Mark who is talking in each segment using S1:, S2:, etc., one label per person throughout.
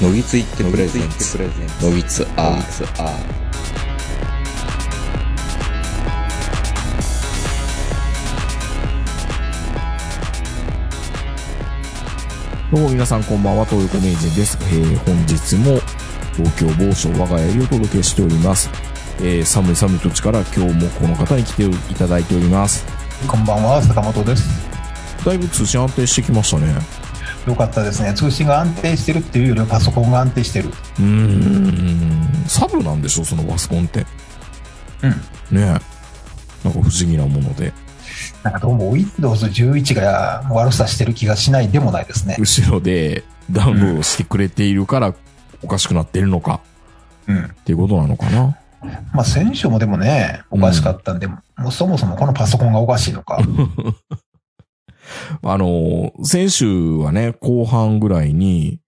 S1: のぎついってプレゼンツのぎつアーツア
S2: どうも皆さんこんばんは、東横名人です。えー、本日も東京某所我が家よりお届けしております。えー、寒い寒い土地から今日もこの方に来ていただいております。
S3: こんばんは、坂本です。
S2: だいぶ通信安定してきましたね。
S3: よかったですね。通信が安定してるっていうよりはパソコンが安定してる。
S2: うーん、サブなんでしょ、そのパソコンって。
S3: うん。
S2: ねえ。なんか不思議なもので。
S3: なんかどうも Windows 11が悪さしてる気がしないでもないですね。
S2: 後ろでダウンロードしてくれているからおかしくなってるのか
S3: うん。
S2: っていうことなのかな。
S3: まあ先週もでもね、おかしかったんで、もうそもそもこのパソコンがおかしいのか。
S2: あの、先週はね、後半ぐらいに、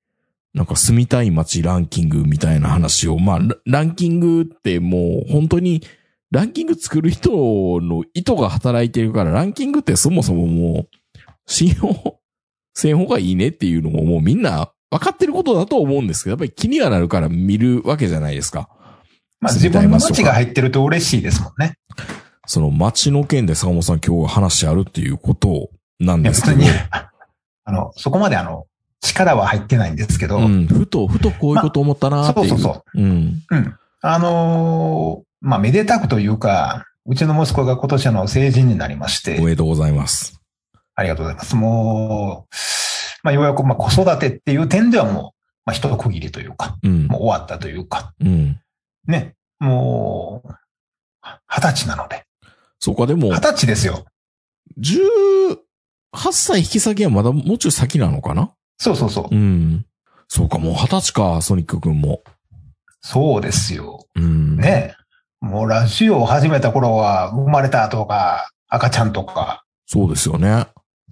S2: なんか住みたい街ランキングみたいな話を、まあ、ラランキングってもう本当に、ランキング作る人の意図が働いてるから、ランキングってそもそももう、信用 せん方がいいねっていうのももうみんな分かってることだと思うんですけど、やっぱり気にはなるから見るわけじゃないですか。
S3: まあ
S2: 住
S3: 自
S2: みたい
S3: 分の
S2: 場所か
S3: 街が入ってると嬉しいですもんね。
S2: その街の件で坂本さん今日話あるっていうことなん
S3: いや
S2: ですけ
S3: 別
S2: ど
S3: に、、あの、そこまであの、力は入ってないんですけど、
S2: うん、ふと、ふとこういうこと思ったなーって
S3: そ
S2: いうう。
S3: そうそう。
S2: うん。
S3: うん。あのーまあめでたくというか、うちの息子が今年あの成人になりまして
S2: お、めでとうございます。
S3: ありがとうございます。もう、まあ、ようやく、まあ、子育てっていう点ではもう、まあ、一区切りというか、
S2: うん。
S3: もう終わったというか、
S2: うん。
S3: ね、もう、二十歳なので。
S2: そうか、でも
S3: 二、十歳ですよ。
S2: 18歳引き下げはまだもうちょい先なのかな
S3: そうそうそう。
S2: うん。そうか、もう20歳か、ソニック君も。
S3: そうですよ。
S2: うん。。
S3: ね。もう、ラジオを始めた頃は、生まれたとか、赤ちゃんとか、
S2: そうですよね。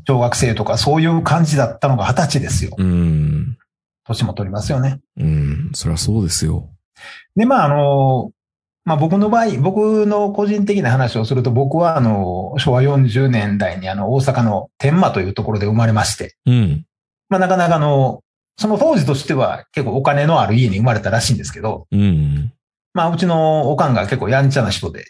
S3: 小学生とか、そういう感じだったのが二十歳ですよ。
S2: うん。
S3: 年も取りますよね。
S2: うん。そりゃそうですよ。
S3: で、まあ、あの、まあ、僕の場合、僕の個人的な話をすると、僕は、あの、昭和40年代に、あの、大阪の天満というところで生まれまして、
S2: うん。
S3: まあ、なかなか、あの、その当時としては結構お金のある家に生まれたらしいんですけど、
S2: うん。
S3: まあ、うちのおかんが結構やんちゃな人で、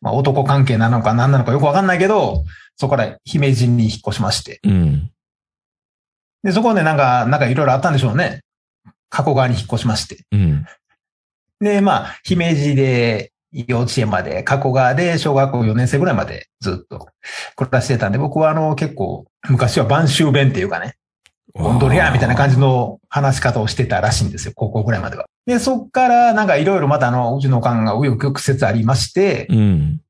S3: まあ、男関係なのか何なのかよくわかんないけど、そこから姫路に引っ越しまして、
S2: うん。
S3: で、そこでなんか、なんかいろいろあったんでしょうね。加古川に引っ越しまして。
S2: うん。
S3: で、まあ、姫路で、幼稚園まで、加古川で小学校4年生ぐらいまでずっと暮らしてたんで、僕はあの結構昔は晩秋弁っていうかね、オンドリアみたいな感じの話し方をしてたらしいんですよ、高校ぐらいまでは。で、そっからなんかいろいろまたあの、うちのおかんが右翼曲折ありまして、
S2: じ。うん。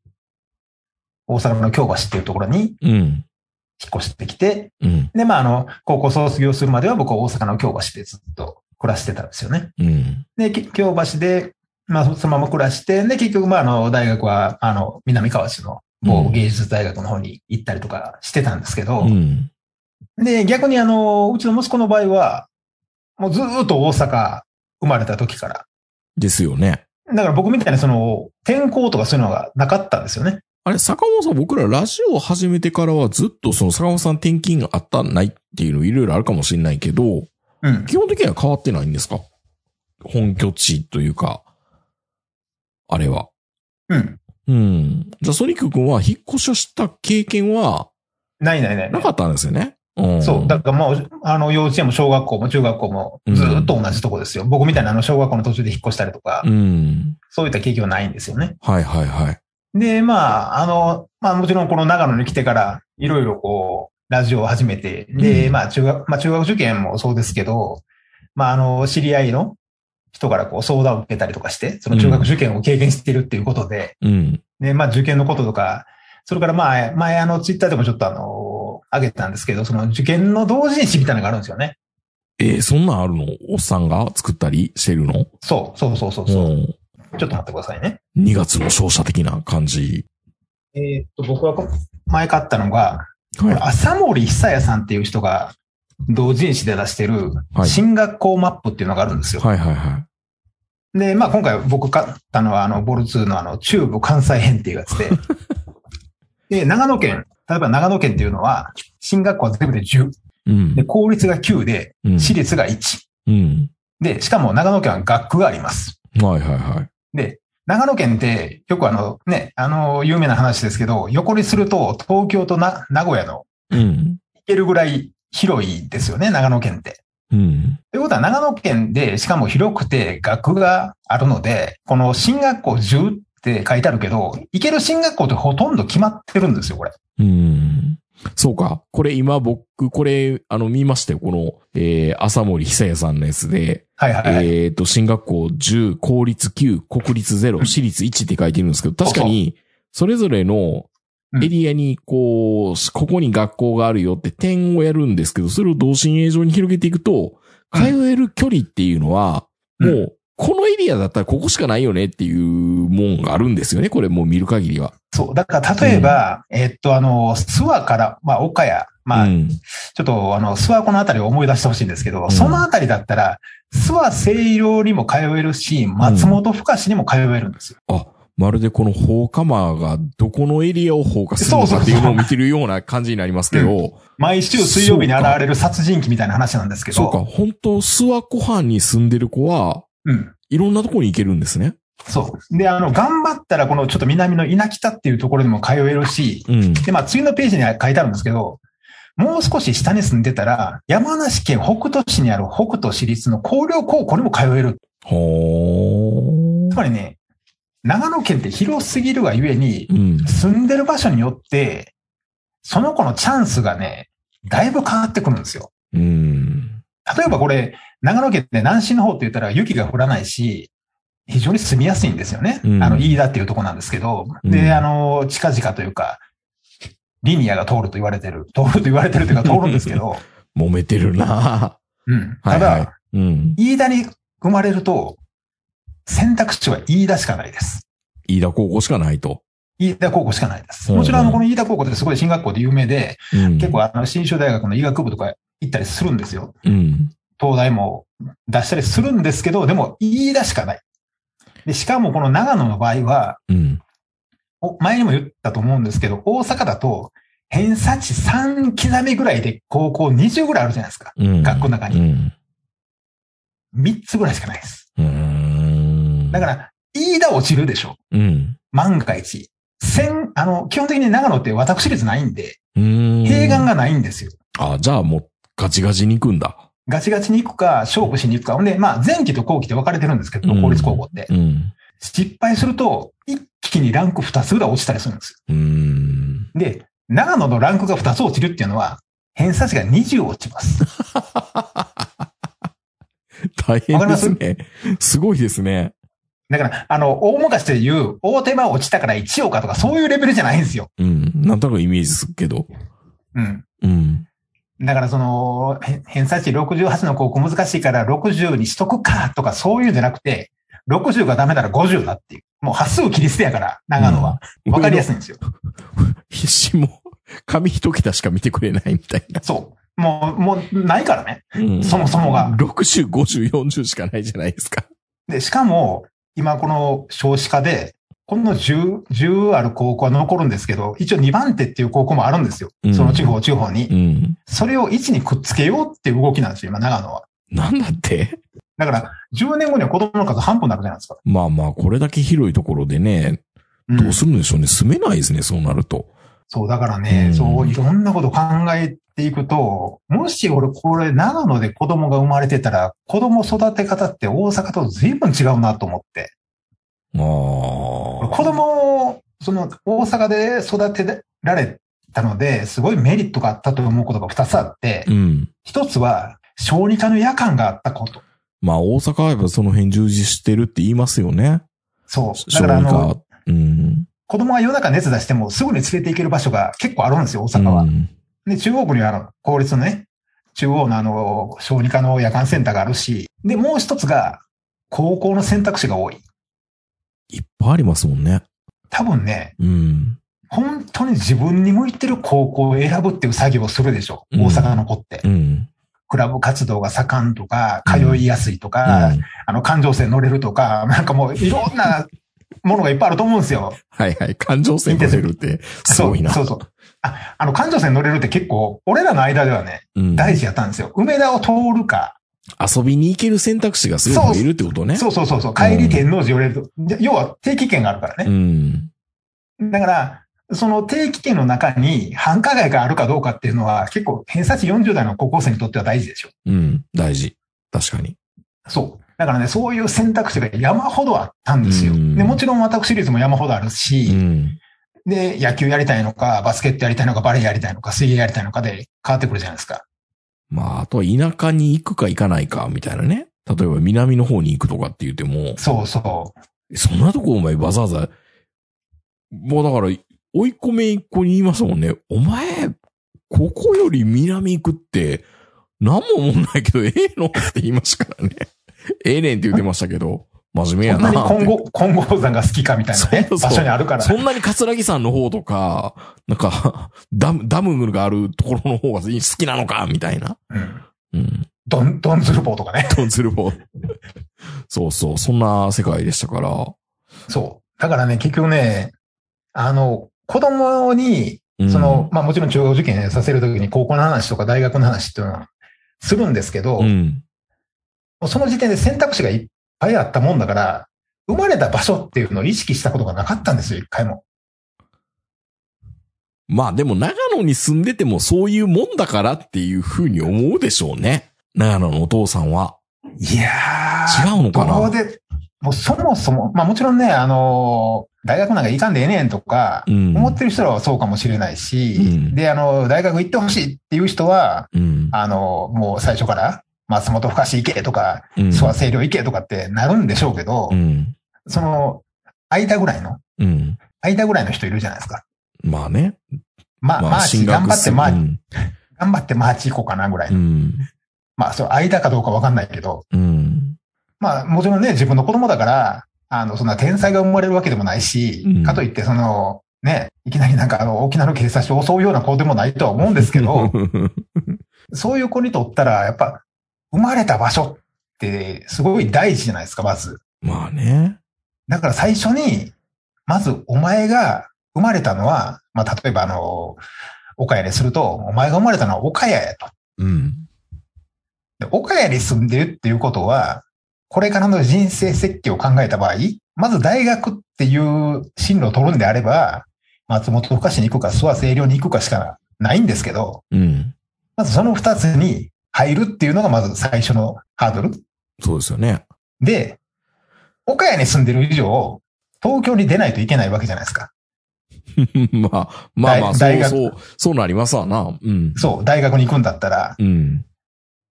S3: 大阪の京橋っていうところに引
S2: うん。
S3: っ越してきて、
S2: うん。
S3: で、まああの、高校卒業するまでは僕は大阪の京橋でずっと暮らしてたんですよね。
S2: うん。
S3: で、き京橋で、まあ、そそのまま暮らして、で、結局、まあ、あの、大学は、あの、南河内の某芸術大学の方に行ったりとかしてたんですけど、
S2: うん。
S3: で、逆に、あの、うちの息子の場合は、もうずーっと大阪、生まれた時から。
S2: ですよね。
S3: だから僕みたいな、その、転校とかそういうのがなかったんですよね。
S2: あれ、坂本さん、僕らラジオを始めてからはずっとその坂本さん転勤があったないっていうのいろいろあるかもしれないけど、
S3: うん。
S2: 基本的には変わってないんですか本拠地というか、あれは。
S3: うん。
S2: うん。じゃあ、ソニック君は引っ越しをした経験は
S3: ないないない。
S2: なかったんですよね。うん。
S3: そう。だからもう、あの、幼稚園も小学校も中学校もずーっと同じとこですよ。僕みたいな、あの、小学校の途中で引っ越したりとか、
S2: うん。
S3: そういった経験はないんですよね。
S2: はいはいはい。
S3: で、まあ、あの、まあもちろんこの長野に来てから、いろいろこう、ラジオを始めて、で、
S2: うん
S3: まあ中学、まあ中学受験もそうですけど、まああの、知り合いの人からこう相談を受けたりとかして、その中学受験を経験しているっていうことで、
S2: うん。
S3: で、まあ受験のこととか、それからまあ、前あの、ツイッターでもちょっとあの、あげたんですけど、その受験の同人誌みたいなのがあるんですよね。
S2: えーそんなんあるのおっさんが作ったりしてるの
S3: そう、そうそうそうそう、
S2: ん。
S3: ちょっと待ってくださいね。
S2: 2月の勝者的な感じ。
S3: えーっと、僕はこ前買ったのが、これ
S2: は
S3: 朝森久也さんっていう人が同人誌で出してる
S2: はい
S3: 進学校マップっていうのがあるんで
S2: い。
S3: すよ。
S2: はいはいは
S3: で、まあ今回僕買ったのはあのボル2のあの中部関西編っていうや つで。で、長野県、例えば長野県っていうのは進学校は全部で10。
S2: うん
S3: で、。公立が9で、
S2: うん。
S3: 私立が1。
S2: うん。
S3: で、しかも長野県は学区があります。
S2: はいはいはい。
S3: で、長野県って、よくあの、ね、あの、有名な話ですけど、横にすると、東京とな、名古屋の
S2: うん。
S3: 行けるぐらい広いですよね、長野県って。
S2: うん。
S3: ということは、長野県で、しかも広くて、学区があるので、この進学校10って書いてあるけど、行ける進学校ってほとんど決まってるんですよ、これ。
S2: うん。そうか。これ今僕、これ、あの、見ましたよ。この、えー、朝森久也さんのやつで、
S3: はいはいはい。
S2: えっと、進学校10、公立9、国立0、私立1って書いてるんですけど、確かに、それぞれのエリアに、こう、ここに学校があるよって点をやるんですけど、それを同心円状に広げていくと、通える距離っていうのは、
S3: うん
S2: もう、このエリアだったらここしかないよねっていうもんがあるんですよね。これもう見る限りは。
S3: そう。だから、例えば、えっと、あの、諏訪から、まあ、岡谷、まあ、
S2: うん。
S3: ちょっと、あの、諏訪湖のあたりを思い出してほしいんですけど、
S2: ん
S3: そのあたりだったら、諏訪西洋にも通えるし、松本深志にも通えるんですよ。
S2: あ、まるでこの放火魔がどこのエリアを放火するのかっていうのを見てるような感じになりますけど、
S3: 毎週水曜日に現れる殺人鬼みたいな話なんですけど、
S2: そうか、本当諏訪湖畔に住んでる子は、
S3: うん。
S2: いろんなとこに行けるんですね。
S3: そう。で、あの、頑張ったら、このちょっと南の稲北っていうところにも通えるし、
S2: うん。
S3: で、まあ、次のページには書いてあるんですけど、もう少し下に住んでたら、山梨県北杜市にある北杜市立の高陵高校にも通える。
S2: ほー
S3: つ。まりね、長野県って広すぎるがゆえに
S2: う、ん。
S3: 住んでる場所によって、その子のチャンスがね、だいぶ変わってくるんですよ。
S2: うん。
S3: 例えばこれ、長野県って南市の方って言ったら雪が降らないし、非常に住みやすいんですよね。
S2: うん
S3: あの、飯田っていうとこなんですけど、
S2: うん
S3: で、あの、近々というか、リニアが通ると言われてる。通ると言われてるというか通るんですけ ど、
S2: 揉めてるな
S3: うん。
S2: は
S3: た
S2: い
S3: だ、
S2: はいうん。
S3: 飯田に生まれると、選択肢は飯田しかないです。
S2: 飯田高校しかないと。
S3: 飯田高校しかないです。
S2: うん
S3: もちろん、あの、この飯田高校ってすごい進学校で有名で、
S2: うん。
S3: 結構あの、新州大学の医学部とか行ったりするんですよ。
S2: うん。
S3: 東大も出したりするんですけど、でも、言い出しかない。で、しかもこの長野の場合は、
S2: うん。
S3: お前にも言ったと思うんですけど、大阪だと、偏差値3刻みぐらいで高校20ぐらいあるじゃないですか。
S2: うん。
S3: 学校の中に
S2: に。
S3: 3つぐらいしかないです。
S2: うん。うん。
S3: だから、飯田落ちるでしょ。
S2: うん。
S3: 万が一。千、あの、基本的に長野って私立ないんで、
S2: うん。
S3: 併願がないんですよ。
S2: あ、じゃあもうガチガチに行くんだ。
S3: ガチガチに行くか、勝負しに行くか。ほんで、まあ、前期と後期って分かれてるんですけど、公立高校って。
S2: うん。
S3: 失敗すると、一気にランク2つぐらい落ちたりするんです
S2: うん。
S3: よ。で、長野のランクが2つ落ちるっていうのは、偏差値が20落ちます。
S2: 大変ですね。すごいですね。
S3: だから、あの、大昔で言う、大手間落ちたから1億かとか、そういうレベルじゃないんですよ。
S2: うん。なんとなくイメージするけど。
S3: うん。
S2: うん。
S3: だから、その、へ偏差値68の高校難しいから60にしとくかとか、そういうんじゃなくて、60がダメなら50だっていう。もう、端数切り捨てやから、長野は。わかりやすいんですよ。
S2: い。必死も、 紙一桁しか見てくれないみたいな。
S3: そう。もう、もう、ないからね。
S2: うん
S3: そもそもが。
S2: 60、50、40しかないじゃないですか。
S3: で、しかも、今この少子化で、この10、10ある高校は残るんですけど、一応2番手っていう高校もあるんですよ
S2: うん。
S3: その地方、地方に。
S2: ん。
S3: それを1にくっつけようっていう動きなんですよ、今、長野は。
S2: なんだって
S3: だから、10年後には子供の数半分になるじゃないですか。
S2: まあまあ、これだけ広いところでね、
S3: うん
S2: どうするんでしょうね。住めないですね、そうなると。
S3: そう、だから
S2: う
S3: ね、
S2: ん
S3: そう、いろんなこと考えていくと、もし俺、これ、長野で子供が生まれてたら、子供育て方って大阪と随分違うなと思って。
S2: あ
S3: 子
S2: あ。
S3: 供を、その、大阪で育てられたので、すごいメリットがあったと思うことが二つあって
S2: う、ん。
S3: 一つは、小児科の夜間があったこと。
S2: まあ、大阪はやっぱその辺充実してるって言いますよね。
S3: そう。だ
S2: 小児
S3: から、あの、
S2: 科。うん。
S3: 子供が夜中熱出しても、すぐに連れて行ける場所が結構あるんですよ、大
S2: う
S3: 阪は。
S2: ん。
S3: で、中央部には、あの、公立のね、中央のあの、小児科の夜間センターがあるし、で、もう一つが、高校の選択肢が多い。
S2: いっぱいありますもんね。
S3: 多分ね、
S2: うん。
S3: 本当に自分に向いてる高校を選ぶっていう作業をするでしょ、
S2: うん
S3: 大阪の子って。
S2: うん。
S3: クラブ活動が盛んとか、通いやすいとか、
S2: うん
S3: あの、環状線乗れるとか、 なんかもういろんなものがいっぱいあると思うんですよ。
S2: はいはい。感情線が出るって、すごいな。
S3: そうそうそう。あ、あの、環状線乗れるって結構、俺らの間ではね、
S2: うん。
S3: 大事やったんですよ。梅田を通るか、
S2: 遊びに行ける選択肢がすごい増えるってことね。
S3: そうそうそうそう、帰り天王寺寄れると、で要は定期券があるから
S2: う
S3: ね。
S2: ん。
S3: だから、その定期券の中に繁華街があるかどうかっていうのは、結構、偏差値40代の高校生にとっては大事でしょ。
S2: うん。大事。確かに。
S3: そう。だからね、そういう選択肢が山ほどあったんですよ。
S2: うん
S3: でもちろん私立も山ほどある
S2: う
S3: し、
S2: ん。
S3: で、野球やりたいのか、バスケットやりたいのか、バレーやりたいのか、水泳やりたいのかで変わってくるじゃないですか。
S2: まあ、あとは田舎に行くか行かないか、みたいなね。例えば南の方に行くとかって言っても、
S3: そうそ
S2: そんなとこお前わざわざ、もうだから、追い込め一個に言いますもんね。お前、ここより南行くって、何も思んないけど、ええのって言いましたからね。ええねんって言ってましたけど、真面目
S3: う。
S2: や
S3: 本当
S2: なっ
S3: に
S2: て。
S3: 金剛、金剛山が好きかみたいなね、
S2: そうそう
S3: 場所にあるから。
S2: そんなに桂木さんの方とか、なんか、 ダム、ダムがあるところの方が好きなのか、みたいな。
S3: うん。
S2: うん。
S3: ドン、ドンズルポーと かね。
S2: トンズルボー。そうそう、そんな世界でしたから。
S3: そう。だからね、結局ね、あの、子供に、
S2: うん
S3: その、、まあもちろん中学受験させるときに高校の話とか大学の話っていうのはするんですけど、
S2: う
S3: も
S2: ん。
S3: うその時点で選択肢がいっぱいあったもんだから、生まれた場所っていうのを意識したことがなかったんですよ、一回も。
S2: まあでも長野に住んでてもそういうもんだからっていうふうに思うでしょうね。長野のお父さんは。
S3: いやー。
S2: 違うのかな
S3: どうで、もうそもそも、まあもちろんね、あの、大学なんか行かんでええねんとか、
S2: うん
S3: 思ってる人らはそうかもしれないし、
S2: うん
S3: で、あの、大学行ってほしいっていう人は、
S2: うん。
S3: あの、もう最初から、松本深志行けとか、
S2: うん。
S3: 諏訪清涼行けとかってなるんでしょうけど、
S2: うん。
S3: その、間ぐらいの、
S2: うん。
S3: 間ぐらいの人いるじゃないですか。
S2: まあね。
S3: まあ、マーチ、頑張ってマー
S2: う
S3: チ、
S2: ん
S3: 頑張ってマーチ行こうかなぐらい。
S2: うん。
S3: まあ、その間かどうかわかんないけど、
S2: うん。
S3: まあ、もちろんね、自分の子供だから、あの、そんな天才が生まれるわけでもないし、
S2: うん
S3: かといって、その、ね、いきなりなんか、あの、沖縄の警察署を襲うような子でもないとは思うんですけど、そういう子にとったら、やっぱ、生まれた場所って、すごい大事じゃないですか、まず。
S2: まあね。
S3: だから最初に、まず、お前が生まれたのは、まあ、例えば、あの、岡谷ですると、お前が生まれたのは岡谷やと。
S2: うん。
S3: で岡谷に住んでるっていうことは、これからの人生設計を考えた場合、まず大学っていう進路を取るんであれば、松本深志に行くか、諏訪清涼に行くかしかないんですけど、
S2: うん。
S3: まずその二つに入るっていうのがまず最初のハードル。
S2: そうですよね。
S3: で、岡谷に住んでる以上、東京に出ないといけないわけじゃないですか。
S2: まあ、まあまあ、そ
S3: 大
S2: う
S3: 学
S2: そう、そうなりますわな。うん。
S3: そう、大学に行くんだったら。
S2: うん。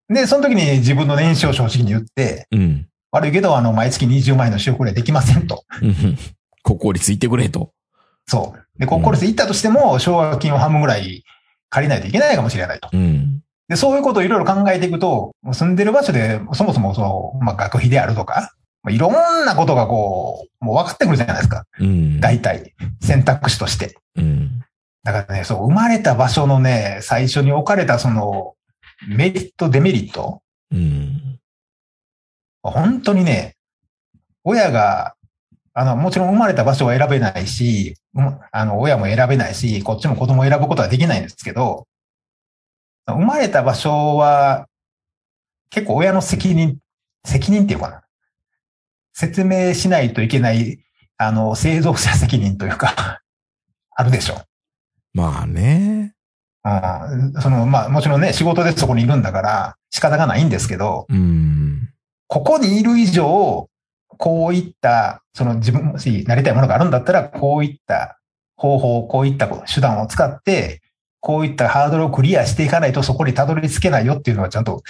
S3: で、その時に自分の年収を正直に言って、
S2: うん。
S3: 悪いけど、あの、毎月20万円の仕送りはできませんと。
S2: うん。ここについてくれと。
S3: そう。で、コンコルス行ったとしても、奨学金を半分ぐらい借りないといけないかもしれないと。
S2: うん。
S3: で、そういうことをいろいろ考えていくと、もう住んでる場所で、そもそもその、まあ、学費であるとか、まあ、いろんなことがこう、もう分かってくるじゃないですか。
S2: うん。
S3: 大体、選択肢として。
S2: うん。
S3: だからね、そう、生まれた場所のね、最初に置かれたその、メリット、デメリット、
S2: うん。
S3: 本当にね、親が、あの、もちろん生まれた場所は選べないし、うんあの、親も選べないし、こっちも子供を選ぶことはできないんですけど、生まれた場所は、結構親の責任、責任っていうかな。説明しないといけない、あの、生存者責任というか、あるでしょ。
S2: まあね。
S3: うん。その、まあ、もちろんね、仕事でそこにいるんだから、仕方がないんですけど、
S2: うん。
S3: ここにいる以上、こういった、その自分、もしなりたいものがあるんだったら、こういった方法、こういった手段を使って、こういったハードルをクリアしていかないとそこにたどり着けないよっていうのはちゃんと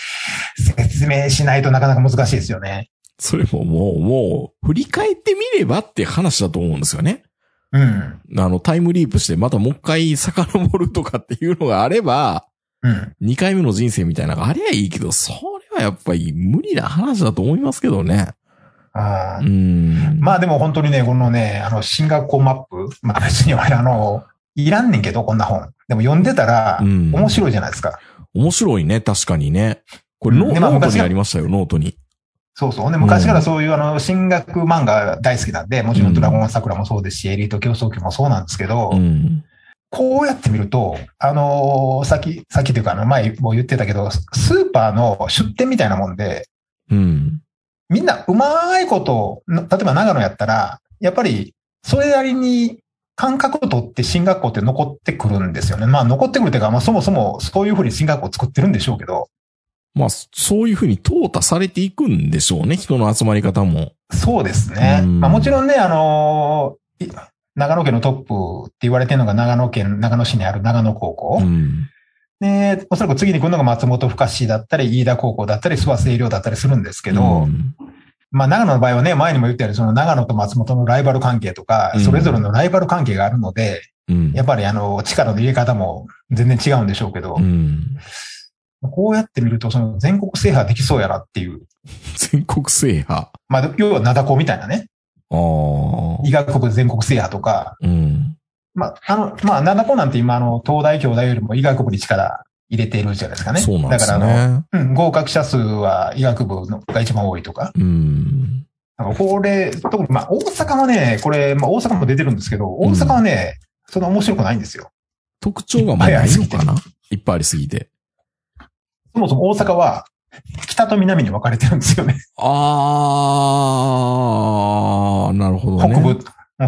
S3: 説明しないとなかなか難しいですよね。
S2: それももう、もう、振り返ってみればって話だと思うんですよね。
S3: うん。
S2: あの、タイムリープして、またもう一回遡るとかっていうのがあれば、
S3: うん。
S2: 二回目の人生みたいなのがありゃいいけど、それはやっぱり無理な話だと思いますけどね。
S3: あ
S2: う
S3: ー
S2: ん。
S3: まあでも本当にね、このね、あの、進学校マップ、まあ別に俺あの、いらんねんけど、こんな本。でも読んでたら、
S2: うん
S3: 面白いじゃないですか。
S2: 面白いね、確かにね。これノ、
S3: でまあ
S2: ノート
S3: 昔
S2: に
S3: は
S2: ありましたよ、ノートに。
S3: そうそう。で、昔からそういうあの、進学漫画大好きなんで、もちろんドラゴン桜もそうですし、エリート競争記もそうなんですけど、
S2: うん。
S3: こうやって見ると、あのーさっき、さっきというか、あの、前も言ってたけど、スーパーの出店みたいなもんで、
S2: うん。
S3: みんなうまいこと、な例えば長野やったら、やっぱり、それなりに感覚を取って進学校って残ってくるんですよね。まあ、残ってくるというか、まあ、そもそもそういうふうに進学校を作ってるんでしょうけど、
S2: まあ、そういうふうに淘汰されていくんでしょうね、人の集まり方も。
S3: そうですね。
S2: うん
S3: まあ、もちろんね、あのーい長野県のトップって言われてるのが長野県、長野市にある長野高校。
S2: うん。
S3: で、おそらく次に来るのが松本深志だったり、飯田高校だったり、諏訪清涼だったりするんですけど、
S2: うん
S3: まあ長野の場合はね、前にも言ったように、その長野と松本のライバル関係とか
S2: うん、
S3: それぞれのライバル関係があるので、
S2: うん。
S3: やっぱりあの、力の入れ方も全然違うんでしょうけど
S2: う、ん。
S3: こうやって見ると、その全国制覇できそうやなっていう、
S2: 全国制覇。あ
S3: まあ、要は灘校みたいなね、
S2: あ。
S3: 医学国全国制覇とか、
S2: うん。
S3: まあ、あの、まあ、灘校なんて今、あの、東大京大よりも医学部に力入れているじゃないですかね。
S2: そうなんで
S3: だ
S2: す
S3: からあの、
S2: ね。
S3: うん、合格者数は医学部のが一番多いとか。
S2: うん。
S3: なんかこれ、特にまあ大阪はね、これ、まあ大阪も出てるんですけど、大阪はね、そんな面白くないんですよ。
S2: 特徴がまあないのかないっぱいありすぎて。
S3: そもそも大阪は北と南に分かれてるんですよね。
S2: ああ、なるほどね。
S3: 北部、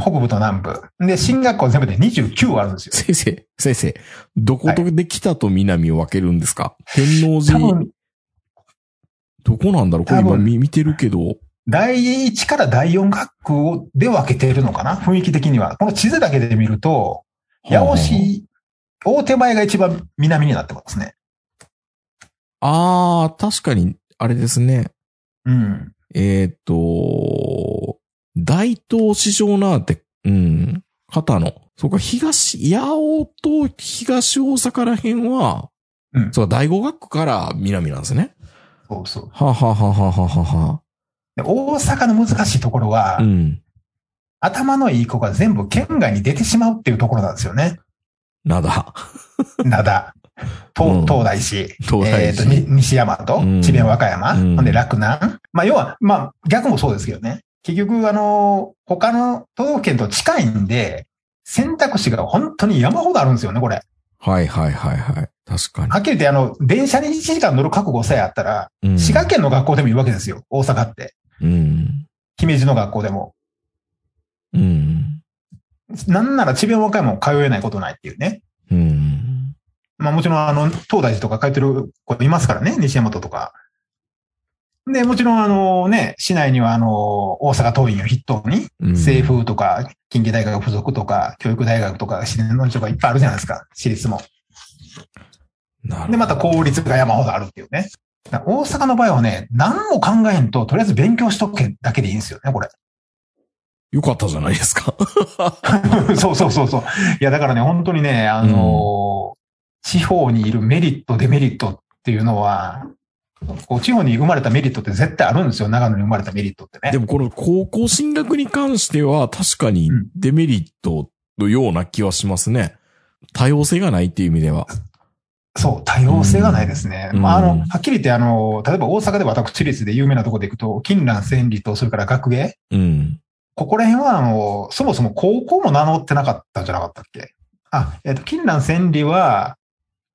S3: 北部と南部。で、進学校全部で29あるんですよ。
S2: 先生、先生、どことで北と南を分けるんですか、天王
S3: 多
S2: 寺、
S3: 分、
S2: どこなんだろうこれ
S3: 多
S2: 今
S3: 分
S2: 見見てるけど。
S3: 第1から第4学区で分けてるのかな雰囲気的には。この地図だけで見ると、八尾市、大手前が一番南になってますね。
S2: ああ、確かに、あれですね。
S3: うん。
S2: えっ、と、大東市場なんて、うん、片野。そうか、東、八尾と東大阪ら辺は、
S3: うん
S2: そうか、第五学区から南なんですね。
S3: そうそう。
S2: はあはあはあはあはあは
S3: で大阪の難しいところは、
S2: あ。うん。
S3: 頭のいい子が全部県外に出てしまうっていうところなんです よね。
S2: なんだ。
S3: 灘、
S2: うん
S3: 東東大市、
S2: 東
S3: え
S2: 大
S3: っと
S2: 寺。
S3: に西大和、
S2: うん
S3: 智弁和歌山、
S2: うん
S3: ほんで洛南。まあ、要は、まあ、逆もそうですけどね。結局、あの、他の都道府県と近いんで、選択肢が本当に山ほどあるんですよね、これ。
S2: はいはいはいはい。確かに
S3: はっきり言って、あの、電車に1時間乗る覚悟さえあったら、。
S2: うん
S3: 滋賀県の学校でもいいわけですよ、大阪って。
S2: うん。
S3: 姫路の学校でも。
S2: うん。
S3: なんなら智弁和歌山も通えないことないっていうね。
S2: うん。
S3: まあもちろん、あの、東大寺とか通ってる子いますからね、西大和とか。で、もちろん、あのね、市内には、あの、大阪桐蔭を筆頭に、
S2: うん
S3: 清風とか、近畿大学附属とか、教育大学とか、自然のとかいっぱいあるじゃないですか、私立も。
S2: なるほど
S3: で、また公立が山ほどあるっていうね。だから大阪の場合はね、何も考えんと、とりあえず勉強しとけだけでいいんですよね、これ。
S2: よかったじゃないですか。
S3: そうそうそうそう。いや、だからね、本当にね、あのー地方にいるメリット、デメリットっていうのは、こう地方に生まれたメリットって絶対あるんですよ。長野に生まれたメリットって
S2: で
S3: ね。
S2: もこの高校進学に関しては確かに
S3: うん
S2: デメリットのような気はしますね。多様性がないっていう意味では。
S3: そう、多様性がないですね。
S2: うん
S3: まあ、あ
S2: うん
S3: の、はっきり言って、あの、例えば大阪で私立で有名なところで行くと、金蘭千里と、それから学芸。
S2: うん。
S3: ここら辺は、あの、そもそも高校も名乗ってなかったんじゃなかったっけあ、えっ、と、金蘭千里は、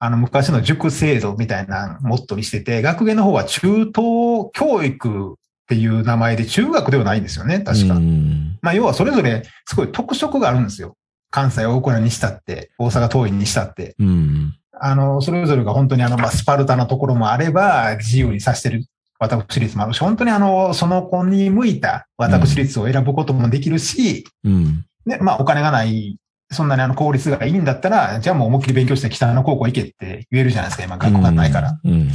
S3: あの、昔の塾制度みたいなのモットーにしてて、学芸の方は中等教育っていう名前で中学ではないんですよね、確か。
S2: うん
S3: まあ、要はそれぞれすごい特色があるんですよ。関西大倉にしたって、大阪桐蔭にしたって。
S2: うん。
S3: あの、それぞれが本当にあの、まあ、スパルタなところもあれば、自由にさせてる私立もあるし、本当にあの、その子に向いた私立を選ぶこともできるし、
S2: うん。
S3: ね、まあお金がない、そんなにあの効率がいいんだったら、じゃあもう思いっきり勉強して北の高校行けって言えるじゃないですか、今学校がないから。
S2: うん。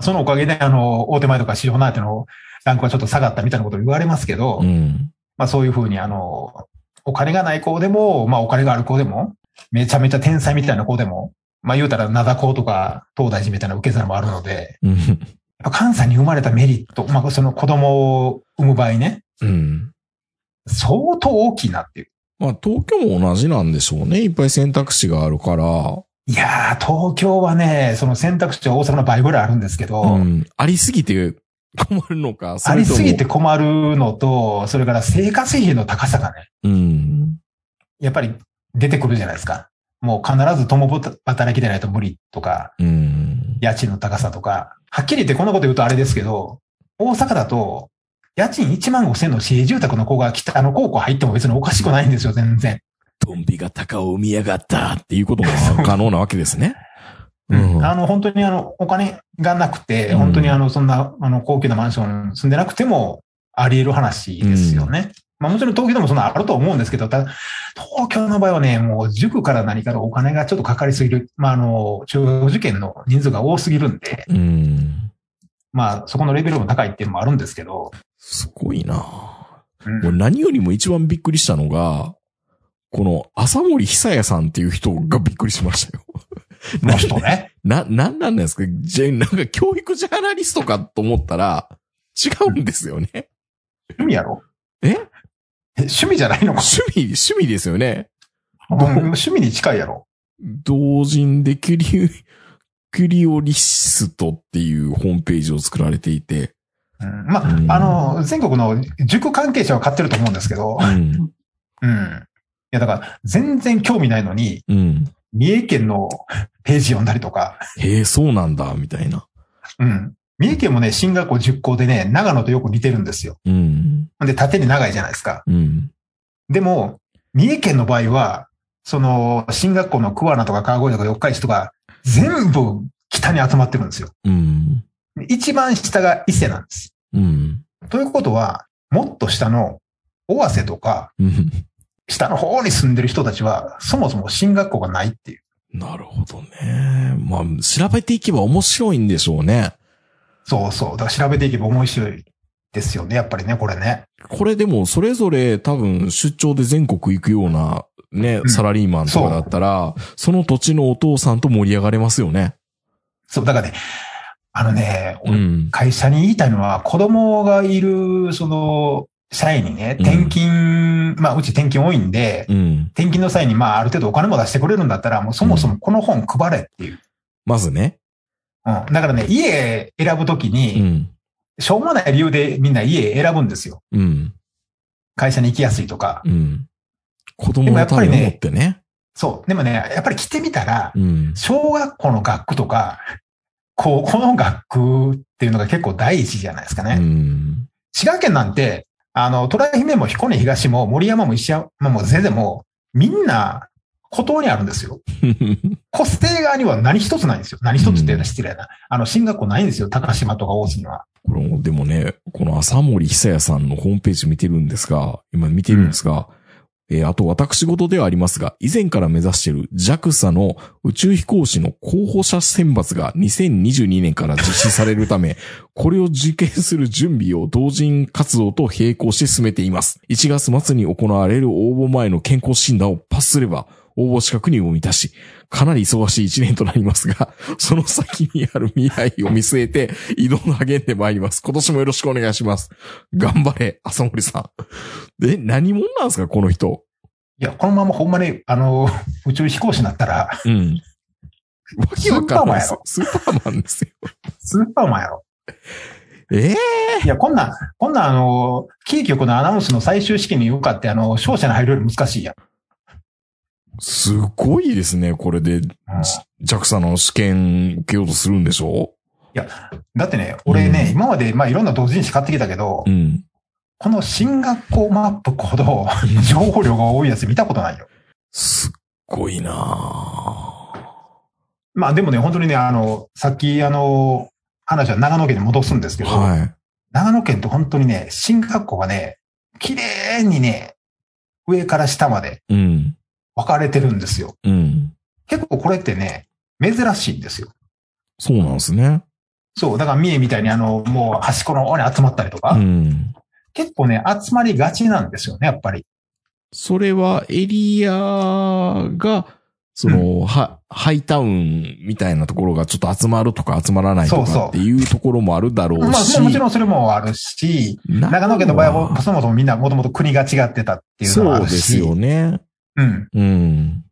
S3: そのおかげで、あの、大手前とか市場なんてのランクはちょっと下がったみたいなこと言われますけど、
S2: うん。
S3: まあそういうふうにあの、お金がない子でも、まあお金がある子でも、めちゃめちゃ天才みたいな子でも、まあ言うたら灘高とか東大寺みたいな受け皿もあるので、
S2: うん。
S3: やっぱ関西に生まれたメリット、まあその子供を産む場合ね、
S2: うん。
S3: 相当大きいなっていう。
S2: まあ東京も同じなんでしょうね。いっぱい選択肢があるから。
S3: いやー、東京はね、その選択肢は大阪の倍ぐらいあるんですけど、
S2: うん。ありすぎて困るのか。そ
S3: あ
S2: れ
S3: り
S2: とも
S3: すぎて。困るのと、それから生活費の高さがね、
S2: うん。
S3: やっぱり出てくるじゃないですか。もう必ず共働きでないと無理とか、
S2: うん。
S3: 家賃の高さとか、はっきり言ってこんなこと言うとあれですけど、大阪だと、家賃1万5千の市営住宅の子が北の高校入っても別におかしくないんですよ、全然。
S2: トンビが鷹を見やがったっていうことも可能なわけですね。 うん
S3: あの、本当にあの、お金がなくて、
S2: うん
S3: 本当にあの、そんな、あの、高級なマンション住んでなくても、あり得る話ですよね。まあもちろん東京でもそんなあると思うんですけど、ただ、東京の場合はね、もう塾から何からお金がちょっとかかりすぎる。まああの、中学受験の人数が多すぎるんで、
S2: うん。
S3: まあそこのレベルも高いっていうのもあるんですけど、
S2: すごいな
S3: うん
S2: もう何よりも一番びっくりしたのが、この朝森久也さんっていう人がびっくりしましたよ。
S3: この人ね。
S2: な、なんなんですかじゃ、なんか教育ジャーナリストかと思ったら、違うんですよね。
S3: 趣味やろ
S2: え
S3: 趣味じゃな いのか。
S2: 趣味、趣味ですよね。
S3: うん趣味に近いやろ。
S2: 同人でキュリ、キュリオリストっていうホームページを作られていて。
S3: うんま
S2: うん
S3: あ、あの、全国の塾関係者は買ってると思うんですけど
S2: う、ん。
S3: うん。いや、だから、全然興味ないのに、
S2: うん。
S3: 三重県のページ読んだりとか、
S2: へえ、そうなんだ、みたいな。
S3: うん。三重県もね、進学校10校でね、長野とよく似てるんですよ。
S2: うん。
S3: で、縦に長いじゃないですか。
S2: うん。
S3: でも、三重県の場合は、その、進学校の桑名とか川越とか四日市とか、全部北に集まってるんですよ。
S2: うん。
S3: 一番下が伊勢なんです。
S2: うん。
S3: ということは、もっと下の尾鷲とか、
S2: うん。
S3: 下の方に住んでる人たちは、そもそも進学校がないっていう。
S2: なるほどね。まあ、調べていけば面白いんでしょうね。
S3: そうそう。だから調べていけば面白いですよね。やっぱりね、これね。
S2: これでも、それぞれ多分出張で全国行くようなね、
S3: うん
S2: サラリーマンとかだったら、その土地のお父さんと盛り上がれますよね。
S3: そう、だからね、あのね、
S2: う
S3: 俺
S2: ん。
S3: 会社に言いたいのは、子供がいる、その、社員にね、
S2: うん
S3: 転勤、まあ、うち転勤多いんで、
S2: うん。
S3: 転勤の際に、まあ、ある程度お金も出してくれるんだったら、もうそもそもこの本配れっていう。
S2: まずね。
S3: うん。だからね、家選ぶとき
S2: う
S3: に、
S2: ん。
S3: しょうもない理由でみんな家選ぶんですよ。
S2: うん。
S3: 会社に行きやすいとか。
S2: うん。子供のために思ってね。
S3: そう。でもね、やっぱり来てみたら、
S2: うん。
S3: 小学校の学区とか、高校の学区っていうのが結構第一じゃないですかね。
S2: うん。
S3: 滋賀県なんて、あの、虎姫も彦根東も森山も石山も全然もう、みんな、孤島にあるんですよ。個性側には何一つないんですよ。何一つって失礼な。あの、進学校ないんですよ。高島とか大津には。
S2: これもでもね、この朝森久也さんのホームページ見てるんですが、今見てるんですが、えーあと私事ではありますが、以前から目指している JAXA の宇宙飛行士の候補者選抜が2022年から実施されるため、これを受験する準備を同人活動と並行して進めています。1月末に行われる応募前の健康診断をパスすれば、応募資格にも満たし、かなり忙しい1年となりますが、その先にある未来を見据えて、移動の励んでまいります。今年もよろしくお願いします。頑張れ、朝森さん。で、何者なんですか、この人。
S3: いや、このままほんまに、あの、宇宙飛行士になったら、
S2: うん。わけわかんないですよ。スーパーマンですよ。
S3: スーパーマンやろ。
S2: ええ
S3: いや、こんなん、こんなん、あの、キー局のアナウンスの最終試験に受かって、あの、勝者に入るより難しいやん。
S2: すごいですね、これで。
S3: うん
S2: JAXA の試験受けようとするんでしょ
S3: だってね、俺ね、
S2: うん
S3: 今まで、まあ、いろんな同人誌買ってきたけど、
S2: うん。
S3: この進学校マップほど、情報量が多いやつ見たことないよ。
S2: すっごいなぁ
S3: まあ、でもね、本当にね、あの、さっき、あの、話は長野県に戻すんですけど、
S2: は
S3: 長野県って本当にね、進学校がね、綺麗にね、上から下まで
S2: い。うん。
S3: 分かれてるんですよ。
S2: うん。
S3: 結構これってね、珍しいんですよ。
S2: そうなんですね。
S3: そう、だから三重みたいにあの、もう端っこの方に集まったりとか、
S2: うん。
S3: 結構ね、集まりがちなんですよね、やっぱり。
S2: それはエリアが、その、は、ハイタウンみたいなところがちょっと集まるとか集まらないと
S3: そうそ
S2: か
S3: う
S2: っていうところもあるだろ
S3: ま
S2: う
S3: あ、
S2: し。
S3: もちろんそれもあるし、長野県の場合は、そもそもみんなもともと国が違ってたっていうのもあ
S2: そう
S3: る
S2: で
S3: し。
S2: すよね。
S3: うん。
S2: うん。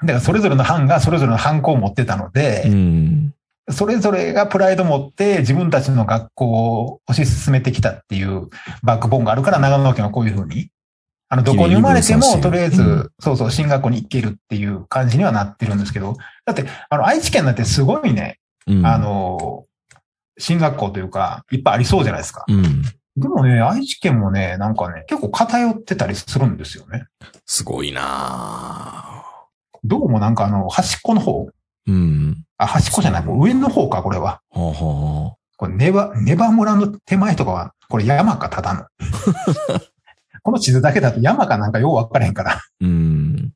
S3: だからそれぞれの班がそれぞれの班校を持ってたの
S2: う
S3: で、
S2: ん。
S3: それぞれがプライドを持って自分たちの学校を推し進めてきたっていうバックボーンがあるから長野県はこういうふうにあの、どこに生まれて
S2: 綺麗に
S3: も、
S2: 分散してる
S3: とりあえ
S2: う
S3: ず、そうそう、進学校に行けるっていう感じにはなってるんですけど、だって、あの、愛知県だってすごいね、
S2: うん。
S3: あ、の、進学校というか、いっぱいありそうじゃないですか。
S2: うん。
S3: でもね、愛知県もね、なんかね、結構偏ってたりするんですよね。
S2: すごいなぁ
S3: どうもなんかあの、端っこの方、
S2: うん。
S3: あ、端っこじゃない、もう上の方か、これは。
S2: はあ、は
S3: これネバ、ネバ村の手前とかは、これ山かただの。 この地図だけだと山かなんかよう分からへんから。
S2: あ、うん。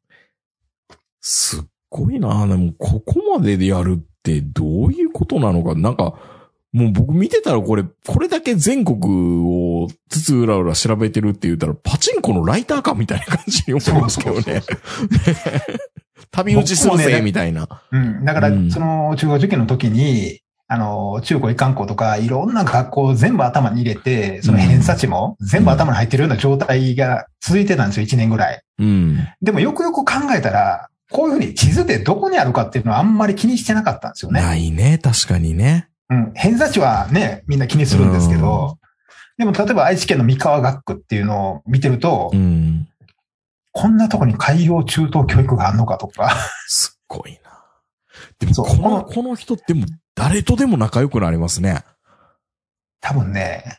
S2: すっごいなぁでも、ここまででやるってどういうことなのか。なんか、もう僕見てたらこれ、これだけ全国をつつうらうら調べてるって言ったら、パチンコのライターかみたいな感じに思いますけどね。旅打ちする
S3: 僕も
S2: ぜ、
S3: ね
S2: みたいな。
S3: うん。だから
S2: う、ん
S3: その中学受験の時に、あの、中高一貫校とか、いろんな学校を全部頭に入れて、その偏差値も全部頭に入ってるような状態が続いてたんですよ、1年ぐらい。
S2: うん。
S3: でもよくよく考えたら、こういうふうに地図でどこにあるかっていうのはあんまり気にしてなかったんですよね。
S2: ないね、確かにね。
S3: うん。偏差値はね、みんな気にするんですけど、でも例えば愛知県の三河学区っていうのを見てると、
S2: うん。
S3: こんなとこに海洋中等教育があるのかとか、
S2: すっごいな。でも、
S3: そう
S2: こ
S3: こ
S2: の、
S3: の
S2: この人ってもう誰とでも仲良くなりますね。
S3: 多分ね、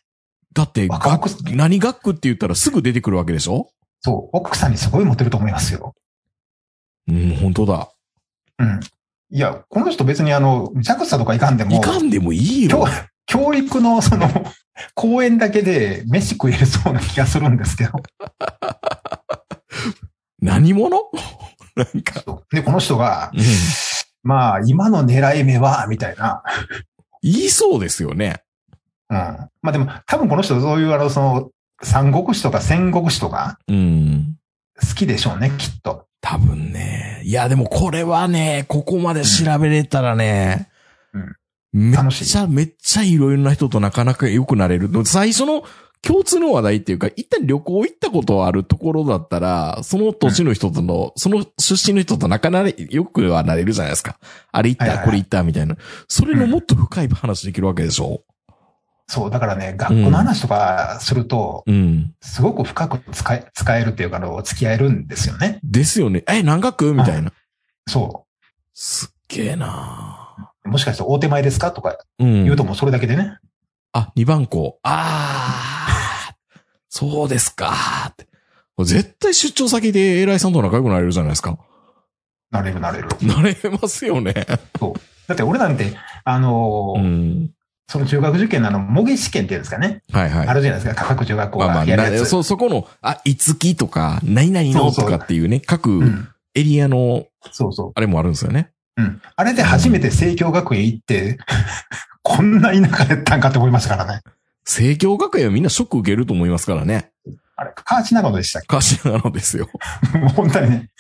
S2: だって、
S3: 若奥
S2: 学何学区って言ったらすぐ出てくるわけでしょ
S3: そう、奥さんにすごいモテると思いますよ。
S2: うん、本当だ。
S3: うん。いや、この人別にあの、弱さとかいかんでも、
S2: いかんでもいい
S3: 教
S2: よ。
S3: 教育のその、 講演だけで飯食えるそうな気がするんですけど。
S2: 何者 なんか、
S3: で、この人が
S2: う、ん、
S3: まあ、今の狙い目は、みたいな。
S2: 言いそうですよね。
S3: うん。まあでも、多分この人、そういう、あの、その、三国志とか戦国志とか、
S2: うん。
S3: 好きでしょうね、きっと。
S2: 多分ね。いや、でもこれはね、ここまで調べれたらね、めっ
S3: 楽し
S2: ちゃ、めっちゃいろいろな人となかなか良くなれる。最初の共通の話題っていうか、一旦旅行行ったことあるところだったら、その土地の人との、その出身の人と仲なれ、よくはなれるじゃないですか。あれ行った、
S3: はいはいはい
S2: これ行った、みたいな。それのもっと深い話できるわけでしょ
S3: そう、だからね、学校の話とかすると、
S2: うん。
S3: すごく深く使え、使えるっていうか、あの、付き合えるんですよね。
S2: ですよね。え、何学みたいな。
S3: そ
S2: すっげえな
S3: う。もしかして、大手前ですかとか
S2: ぁうん。
S3: 言うともうそれだけでね。
S2: あ、二番校。ああ、そうですかーって。絶対出張先で偉いさんと仲良くなれるじゃないですか。
S3: なれるなれる。
S2: なれますよね。
S3: だって俺なんて、あのー
S2: ん。
S3: その中学受験のあの、模擬試験っていうんですかね。
S2: はいはい。
S3: あるじゃないですか、各中学校
S2: まあま
S3: が
S2: あ
S3: やる
S2: な
S3: やつ。
S2: そう、そこの、あ、いつきとか、何々の
S3: そ
S2: と
S3: うそう
S2: かっていうね、
S3: う
S2: 各
S3: ん。
S2: エリアの、
S3: そうそう。
S2: あれもあるんですよね。
S3: うん。あれで初めて聖教学園行って、 こんな田舎やったんかって思いましたからね。
S2: 聖教学園はみんなショック受けると思いますからね。
S3: あれ、カーチなのでしたっ
S2: 歌詞なのですよ。
S3: け もう本当にね。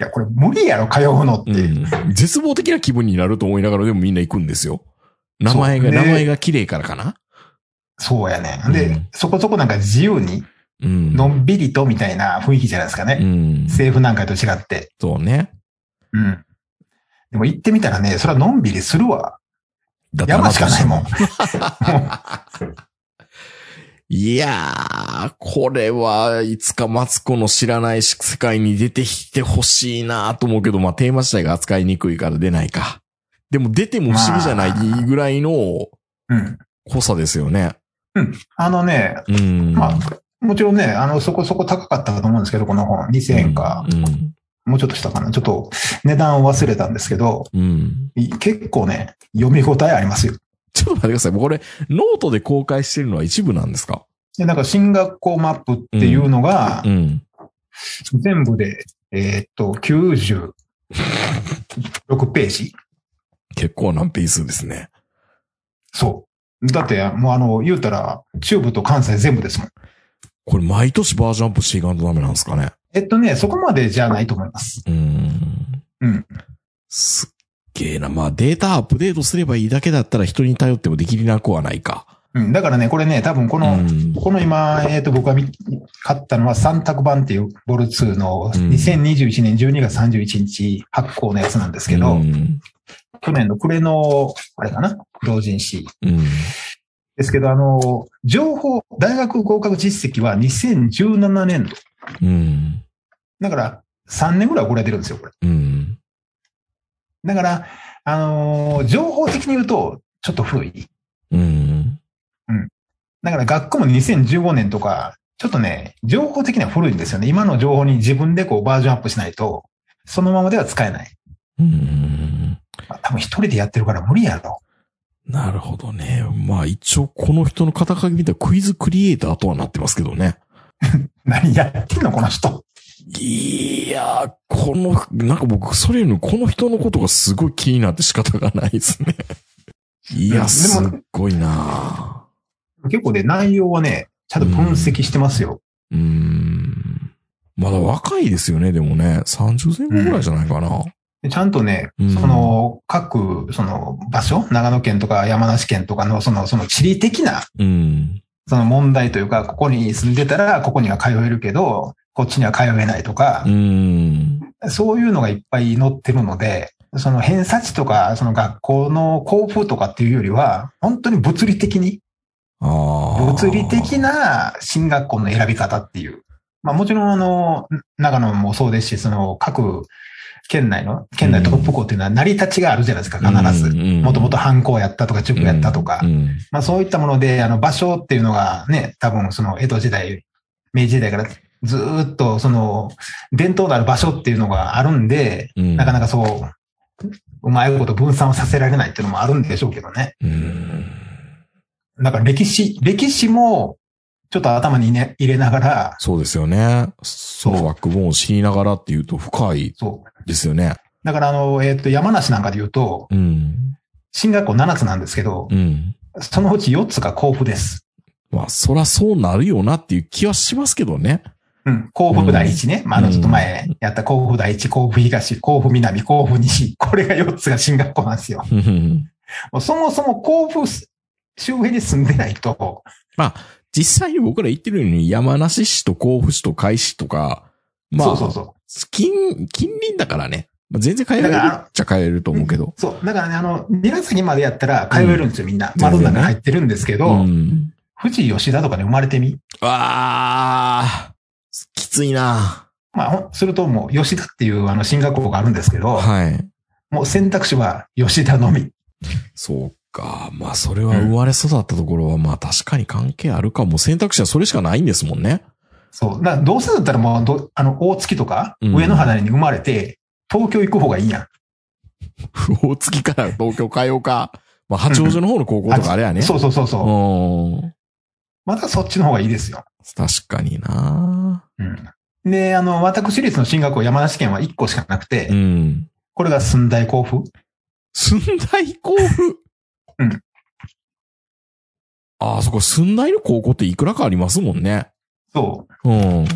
S3: いや、これ無理やろ、通うのって。
S2: うん。絶望的な気分になると思いながらでもみんな行くんですよ。名前が、
S3: そうね
S2: 名前が綺麗からかな
S3: そうやね
S2: う。ん
S3: で、そこそこなんか自由に、
S2: うん。
S3: のんびりとみたいな雰囲気じゃないですか
S2: う
S3: ね。
S2: ん。
S3: 政府なんかと違って。
S2: そうね。
S3: うん。でも行ってみたらね、それはのんびりするわ。
S2: だって
S3: 山しかないもん。
S2: いやー、これはいつかマツコの知らない世界に出てきてほしいなと思うけど、まあテーマ自体が扱いにくいから出ないか。でも出ても不思議じゃないぐらいの
S3: うん。
S2: 濃さですよね。
S3: あのね、
S2: うん。
S3: まあ、もちろんね、あの、そこそこ高かったと思うんですけど、この本、2000円か、
S2: うん。
S3: もうちょっとしたかな。ちょっと値段を忘れたんですけど、
S2: うん。
S3: い結構ね、読み応えありますよ。
S2: ちょっと待ってください。これ、ノートで公開してるのは一部なんですか
S3: で、なんか進学校マップっていうのが
S2: う、ん。
S3: 全部で、えーっと、96ページ。
S2: 結構なペースですね。
S3: そう。だって、もうあの、言うたら、中部と関西全部ですもん。
S2: これ毎年バージョンアップしていかんとダメなんですかね。
S3: えっとね、そこまでじゃないと思います。
S2: うん。
S3: うん。
S2: すっげえな。まあデータアップデートすればいいだけだったら人に頼ってもできなくはないか。
S3: うん。だからね、これね、多分こ
S2: う
S3: の、
S2: ん。
S3: この今、えっ、と、僕が見買ったのは三択版っていうボル2の
S2: うん
S3: 2021年12月31日発行のやつなんですけど、
S2: うん。
S3: 去年の暮れの、あれかな、同人誌。
S2: うん。
S3: ですけど、あの、情報、大学合格実績は2017年度
S2: うん。
S3: だから、3年ぐらい遅れてるんですよ、これ。
S2: うん。
S3: だから、あのー情報的に言うと、ちょっと古い。
S2: うん。
S3: だから学校も2015年とか、ちょっとね、情報的には古いんですよね。今の情報に自分でこうバージョンアップしないと、そのままでは使えない。
S2: うん。
S3: まあ、多分一人でやってるから無理やろ。
S2: なるほどね。まあ一応この人の肩書き見たらクイズクリエイターとはなってますけどね。
S3: 何やってんのこの人。
S2: いやー、この、なんか僕、それよりもこの人のことがすごい気になって仕方がないですね。い
S3: で
S2: や、
S3: も
S2: すっごいな
S3: 結構ね、内容はね、ちゃんと分析してますよ。
S2: うーん。まだ若いですよね、でもね。30前後ぐらいじゃないかな。
S3: でちゃんとね、
S2: うん
S3: その、各、その場所、長野県とか山梨県とかの、その、その地理的な、
S2: うん。
S3: その問題というか、ここに住んでたら、ここには通えるけど、こっちには通えないとか
S2: う、ん。
S3: そういうのがいっぱい載ってるので、その偏差値とか、その学校の校風とかっていうよりは、本当に物理的に、
S2: ああ。
S3: 物理的な進学校の選び方っていう。まあもちろん、あの、長野もそうですし、その各県内の、県内トップ校っていうのは成り立ちがあるじゃないですか、必ず。
S2: ず
S3: もとも
S2: と
S3: と反抗やったとか、塾やったとか。
S2: うん。
S3: まあそういったもので、あの場所っていうのがね、多分その江戸時代、明治時代からずーっとその伝統のある場所っていうのがあるんで、
S2: うん
S3: なかなかそう、うまいこと分散をさせられないっていうのもあるんでしょうけどね。
S2: うん。
S3: だから歴史、歴史もちょっと頭にね入れながら、
S2: そうですよね。そのバックボーンを知りながらっていうと深い
S3: そう。
S2: ですよね。
S3: だからあの、えっ、と、山梨なんかで言うと、
S2: うん。
S3: 進学校7つなんですけど
S2: う、ん。
S3: そのうち4つが甲府です。
S2: まあ、そらそうなるよなっていう気はしますけどね。
S3: うん。甲府第一ね。まあ、あの、ちょっと前やった甲府第一、甲府東、甲府南、甲府西。これが4つが進学校なんですよ。もうそもそも甲府周辺に住んでないと、
S2: 実際に僕ら言ってるように山梨市と甲府市と海市とか、まあ、
S3: そうそうそ
S2: 近、近隣だからね。まあ、全然通えるっちゃ通えると思うけど。
S3: う。そう。だからね、あの、韮崎までやったら通えるんですよ、みんな。丸の中に入ってるんですけ
S2: う
S3: ど、
S2: ん。
S3: 富士吉田とかに生まれてみ。
S2: ああ、きついな。
S3: まあ、ほんするともう、吉田っていうあの進学校があるんですけど、
S2: はい。
S3: もう選択肢は吉田のみ。
S2: そうか。まあ、それは生まれ育ったところは、まあ、確かに関係あるかも。選択肢はそれしかないんですもんね。
S3: そう。だからどうせだったらもうど、あの、大月とか、
S2: うん
S3: 上野原に生まれて、東京行く方がいいやん。
S2: 大月から東京通うか。まあ、八王子の方の高校とかあれやね。
S3: そうそうそうそう。
S2: うん。
S3: またそっちの方がいいですよ。
S2: 確かにな
S3: うん。で、あの、私立の進学校山梨県は1個しかなくて、
S2: うん。
S3: これが寸大甲府。
S2: 寸大甲府
S3: うん。
S2: ああ、そこ寸大の高校っていくらかありますもんね。
S3: そ
S2: うん。
S3: う。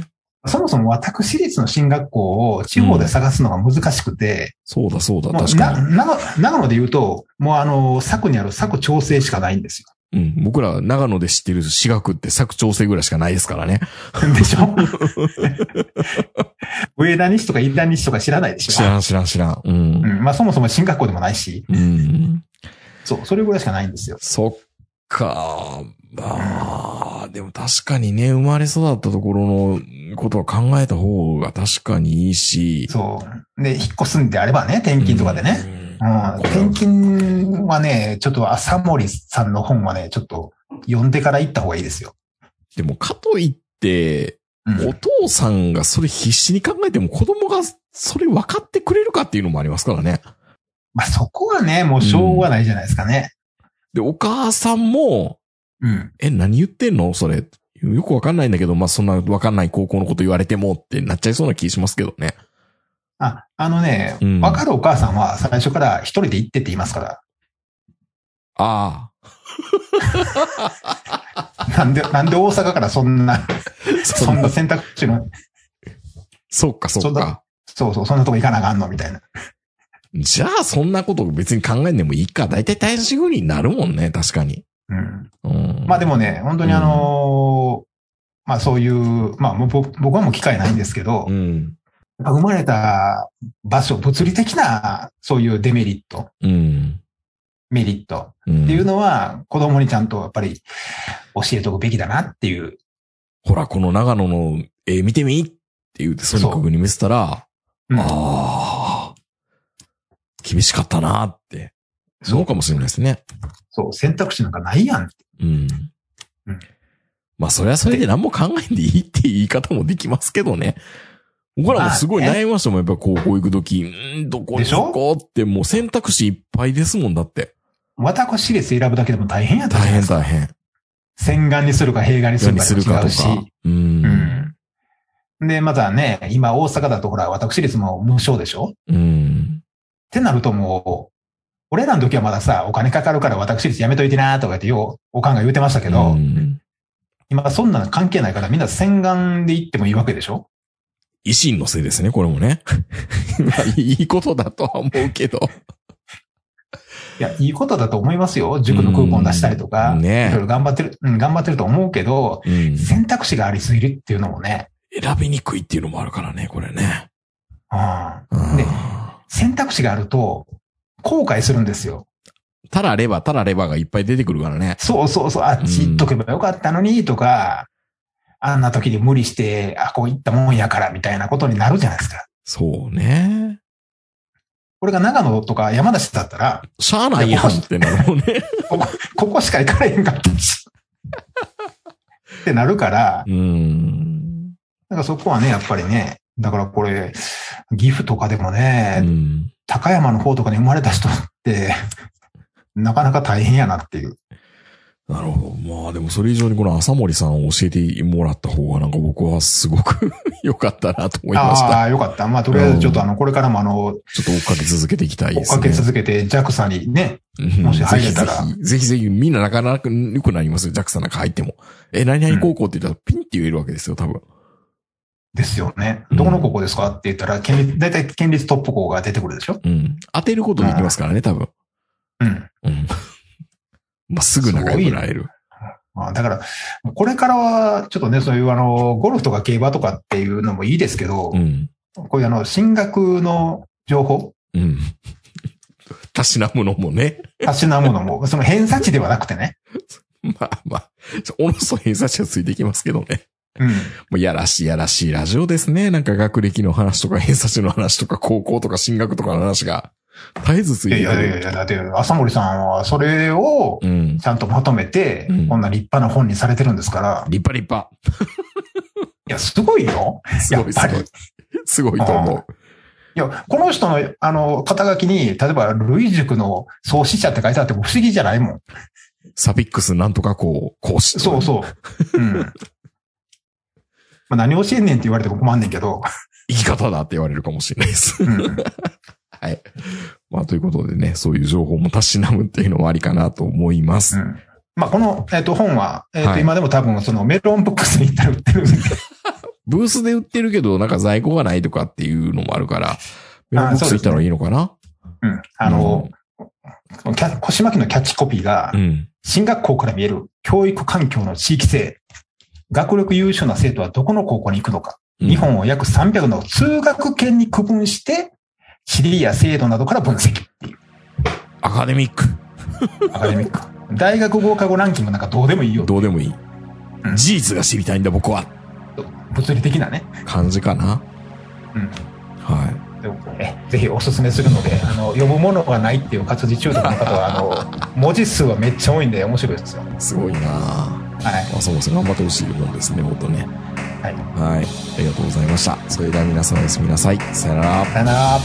S3: そもそも私立の進学校を地方で探すのが難しくて、
S2: そうだそうだ、
S3: もう
S2: 確
S3: な
S2: か
S3: 長長野で言うと、もうあの、佐久にある佐久調整しかないんです
S2: に。うん。僕ら長野で知ってる私学って佐久調整ぐらいしかないですからね。
S3: よ。 でしょ 上田西とか飯田西とか知らないでしょ
S2: 知らん知らん知らん。う。
S3: うんん。まあそもそも進学校でもないし、
S2: うん。
S3: そう、それぐらいしかないんですよ。
S2: そっか。まあ、でも確かにね、生まれ育ったところのことは考えた方が確かにいいし。
S3: そう。で、引っ越すんであればね、転勤とかでね。
S2: うん
S3: うん、転勤はね、ちょっと朝森さんの本はね、ちょっと読んでから行った方がいいですよ。
S2: でも、かといって、
S3: うん
S2: お父さんがそれ必死に考えても子供がそれ分かってくれるかっていうのもありますからね。
S3: まあそこはね、もうしょうがないじゃないですかね。
S2: で、お母さんも、
S3: うん。
S2: え、何言ってんのそれ。よくわかんないんだけど、まあ、そんなわかんない高校のこと言われてもってなっちゃいそうな気しますけどね。
S3: あ、あのね
S2: う、ん
S3: わ、かるお母さんは最初から一人で行ってって言いますか
S2: あ
S3: ら。 なんで、なんで大阪からそ んな、
S2: あ。
S3: そんな、選択肢の、
S2: そうか、そ
S3: そ
S2: うんか
S3: な。そうそう、そんなとこ行かなあかんのみたいな。
S2: じゃあ、そんなこと別に考えんでもいいか。だいたい大事風になるもんね、確かに。
S3: うん。
S2: うん。
S3: まあでもね、本当にあのーまあそういう、まあもう僕僕はもう機会ないんですけど、
S2: うん。
S3: 生まれた場所、物理的なそういうデメリット、
S2: うん。
S3: メリット
S2: ん
S3: っていうのは、子供にちゃんとやっぱり教えておくべきだなっていう。
S2: ほら、この長野の絵見てみっって言うて、ソニック君に見せたら、
S3: うん
S2: ああ、厳しかったなって、
S3: そ
S2: そううかもしれないですね。
S3: そう、選択肢なんかないやん。
S2: うん
S3: うん。
S2: まあ、それはそれで何も考えんでいいっていう言い方もできますけどね。僕らもすごい
S3: まあ
S2: 悩みましたもん、やっぱ高校行くとき、うん、どこに
S3: でしょ
S2: 行こうって、もう選択肢いっぱいですもんだって。
S3: 私立選ぶだけでも大変やったじゃ
S2: 大
S3: ないで
S2: 変
S3: すか
S2: 大変。
S3: 洗顔にするか、併願にする
S2: 何
S3: か
S2: す
S3: で
S2: る
S3: も
S2: か
S3: 違
S2: と
S3: うし。
S2: か。う。
S3: うんん。で、またね、今大阪だとほら、私立も無償でしょっ
S2: うん。
S3: てなるともう、俺らの時はまださ、お金かかるから私立やめといてなとか言ってよう、おかんが言うてましたけど、
S2: うん
S3: 今そんなの関係ないからみんな洗顔で行ってもいいわけでしょ
S2: 維新のせいですね、これもね。まあ、 いいことだとは思うけど。
S3: いや、いいことだと思いますよ。塾のクーポン出したりとか、
S2: うんね
S3: いろいろ頑張ってる、うん、頑張ってると思うけど、
S2: うん。選
S3: 選択肢がありすぎるっていうのもね、
S2: びにくいっていうのもあるからね、これね。
S3: うん、
S2: うん
S3: で選択肢があると、後悔するんですよ。
S2: たられば、たらればがいっぱい出てくるからね。
S3: そうそうそう、あっち行っとけばよかったのにとか、あんな時に無理して、あ、こういったもんやからみたいなことになるじゃないですか。
S2: そうね。
S3: これが長野とか山梨だったら、
S2: しゃあないやんってなるもん ね。
S3: ここしか行かれへんかったし。 ってなるから、
S2: うん。
S3: なんかそこはね、やっぱりね、だからこれ、岐阜とかでも
S2: う
S3: ね、
S2: ん。
S3: 高山の方とかに生まれた人って、なかなか大変やなっていう。
S2: なるほど。まあでもそれ以上にこの浅森さんを教えてもらった方がなんか僕はすごく 良かったなと思いました。
S3: ああ、よかった。まあ、とりあえずちょっとあの、これからもあの、
S2: ちょっと追っかけ続けていきたい
S3: 追
S2: で
S3: っ
S2: す
S3: か
S2: ね。
S3: け続けて、ジャクさんにね、
S2: うん
S3: もし入れたら
S2: ぜひぜひ、ぜひぜひみんななかなか良くなりますよ。ジャックさんなんか入っても。え、何々高校って言ったらピンって言えるわけですよ、多分。
S3: ですよね。
S2: うん
S3: どこの高校ですかって言ったら、県立、大体県立トップ校が出てくるでしょ
S2: うん。当てることできますからね、多分。
S3: うん。
S2: うん。 まあ、すぐ仲良くなれる。
S3: まあ、だから、これからは、ちょっとね、そういうあの、ゴルフとか競馬とかっていうのもいいですけど
S2: う、ん。
S3: こういうあの、進学の情報、
S2: うん。たしなむのもね。
S3: たしなものも、その偏差値ではなくてね。
S2: まあまあ、おのそ偏差値はついてきますけどね。
S3: うん。
S2: もうやらしいやらしいラジオですね。なんか学歴の話とか偏差値の話とか高校とか進学とかの話が絶えずつい
S3: い
S2: てく
S3: やいやいやい
S2: る。
S3: や、だって、浅森さんはそれを
S2: うん。
S3: ちゃんとまとめて
S2: うん、
S3: こんな立派な本にされてるんですから、い
S2: 立派立派。
S3: や、すごいよ。
S2: すごいす
S3: やっぱ
S2: ごい
S3: り。
S2: すごいと思う。
S3: いや、この人の、あの、肩書きに、例えば、ルイ塾の創始者って書いてあっても不思議じゃないもん。
S2: サピックスなんとかこう、講師。
S3: そうそう。うん。まあ、何教えんねんって言われても困んねんけど。
S2: 生き方だって言われるかもしれないです。
S3: うん。
S2: はい。まあ、ということでね、そういう情報もたしなむっていうのもありかなと思います。
S3: うんまあ、この、えっ、と、本は、えっ、
S2: は
S3: と、
S2: い
S3: 今でも多分、その、メロンブックスに行ったら売ってるんで、
S2: ブースで売ってるけど、なんか在庫がないとかっていうのもあるから、メロンボックス行ったらいいのかな
S3: うん。あの、キャ腰巻きのキャッチコピーが
S2: う、ん。
S3: 進学校から見える教育環境の地域性。学力優秀な生徒はどこの高校に行くのか。
S2: うん
S3: 日。本を約300の通学圏に区分して、地理や制度などから分析っていう、
S2: アカデミック。
S3: アカデミック。大学合格ランキングなんかどうでもいいよ。
S2: どうでもいい
S3: うん。
S2: 事実が知りたいんだ、僕は。
S3: 物理的なね。
S2: 感じかな。
S3: うん。
S2: は
S3: でもえぜひおすすめするので、あの、読むものがないっていう活字中毒の方は、あの、文字数はめっちゃ多いんで面白いですよ。
S2: い。すごいなあ
S3: はい。
S2: あ、そもそも頑張ってほしいもんですね、本当ね。
S3: はい。
S2: はい。ありがとうございました。それでは皆さんおやすみなさい。さよなら。
S3: さよなら。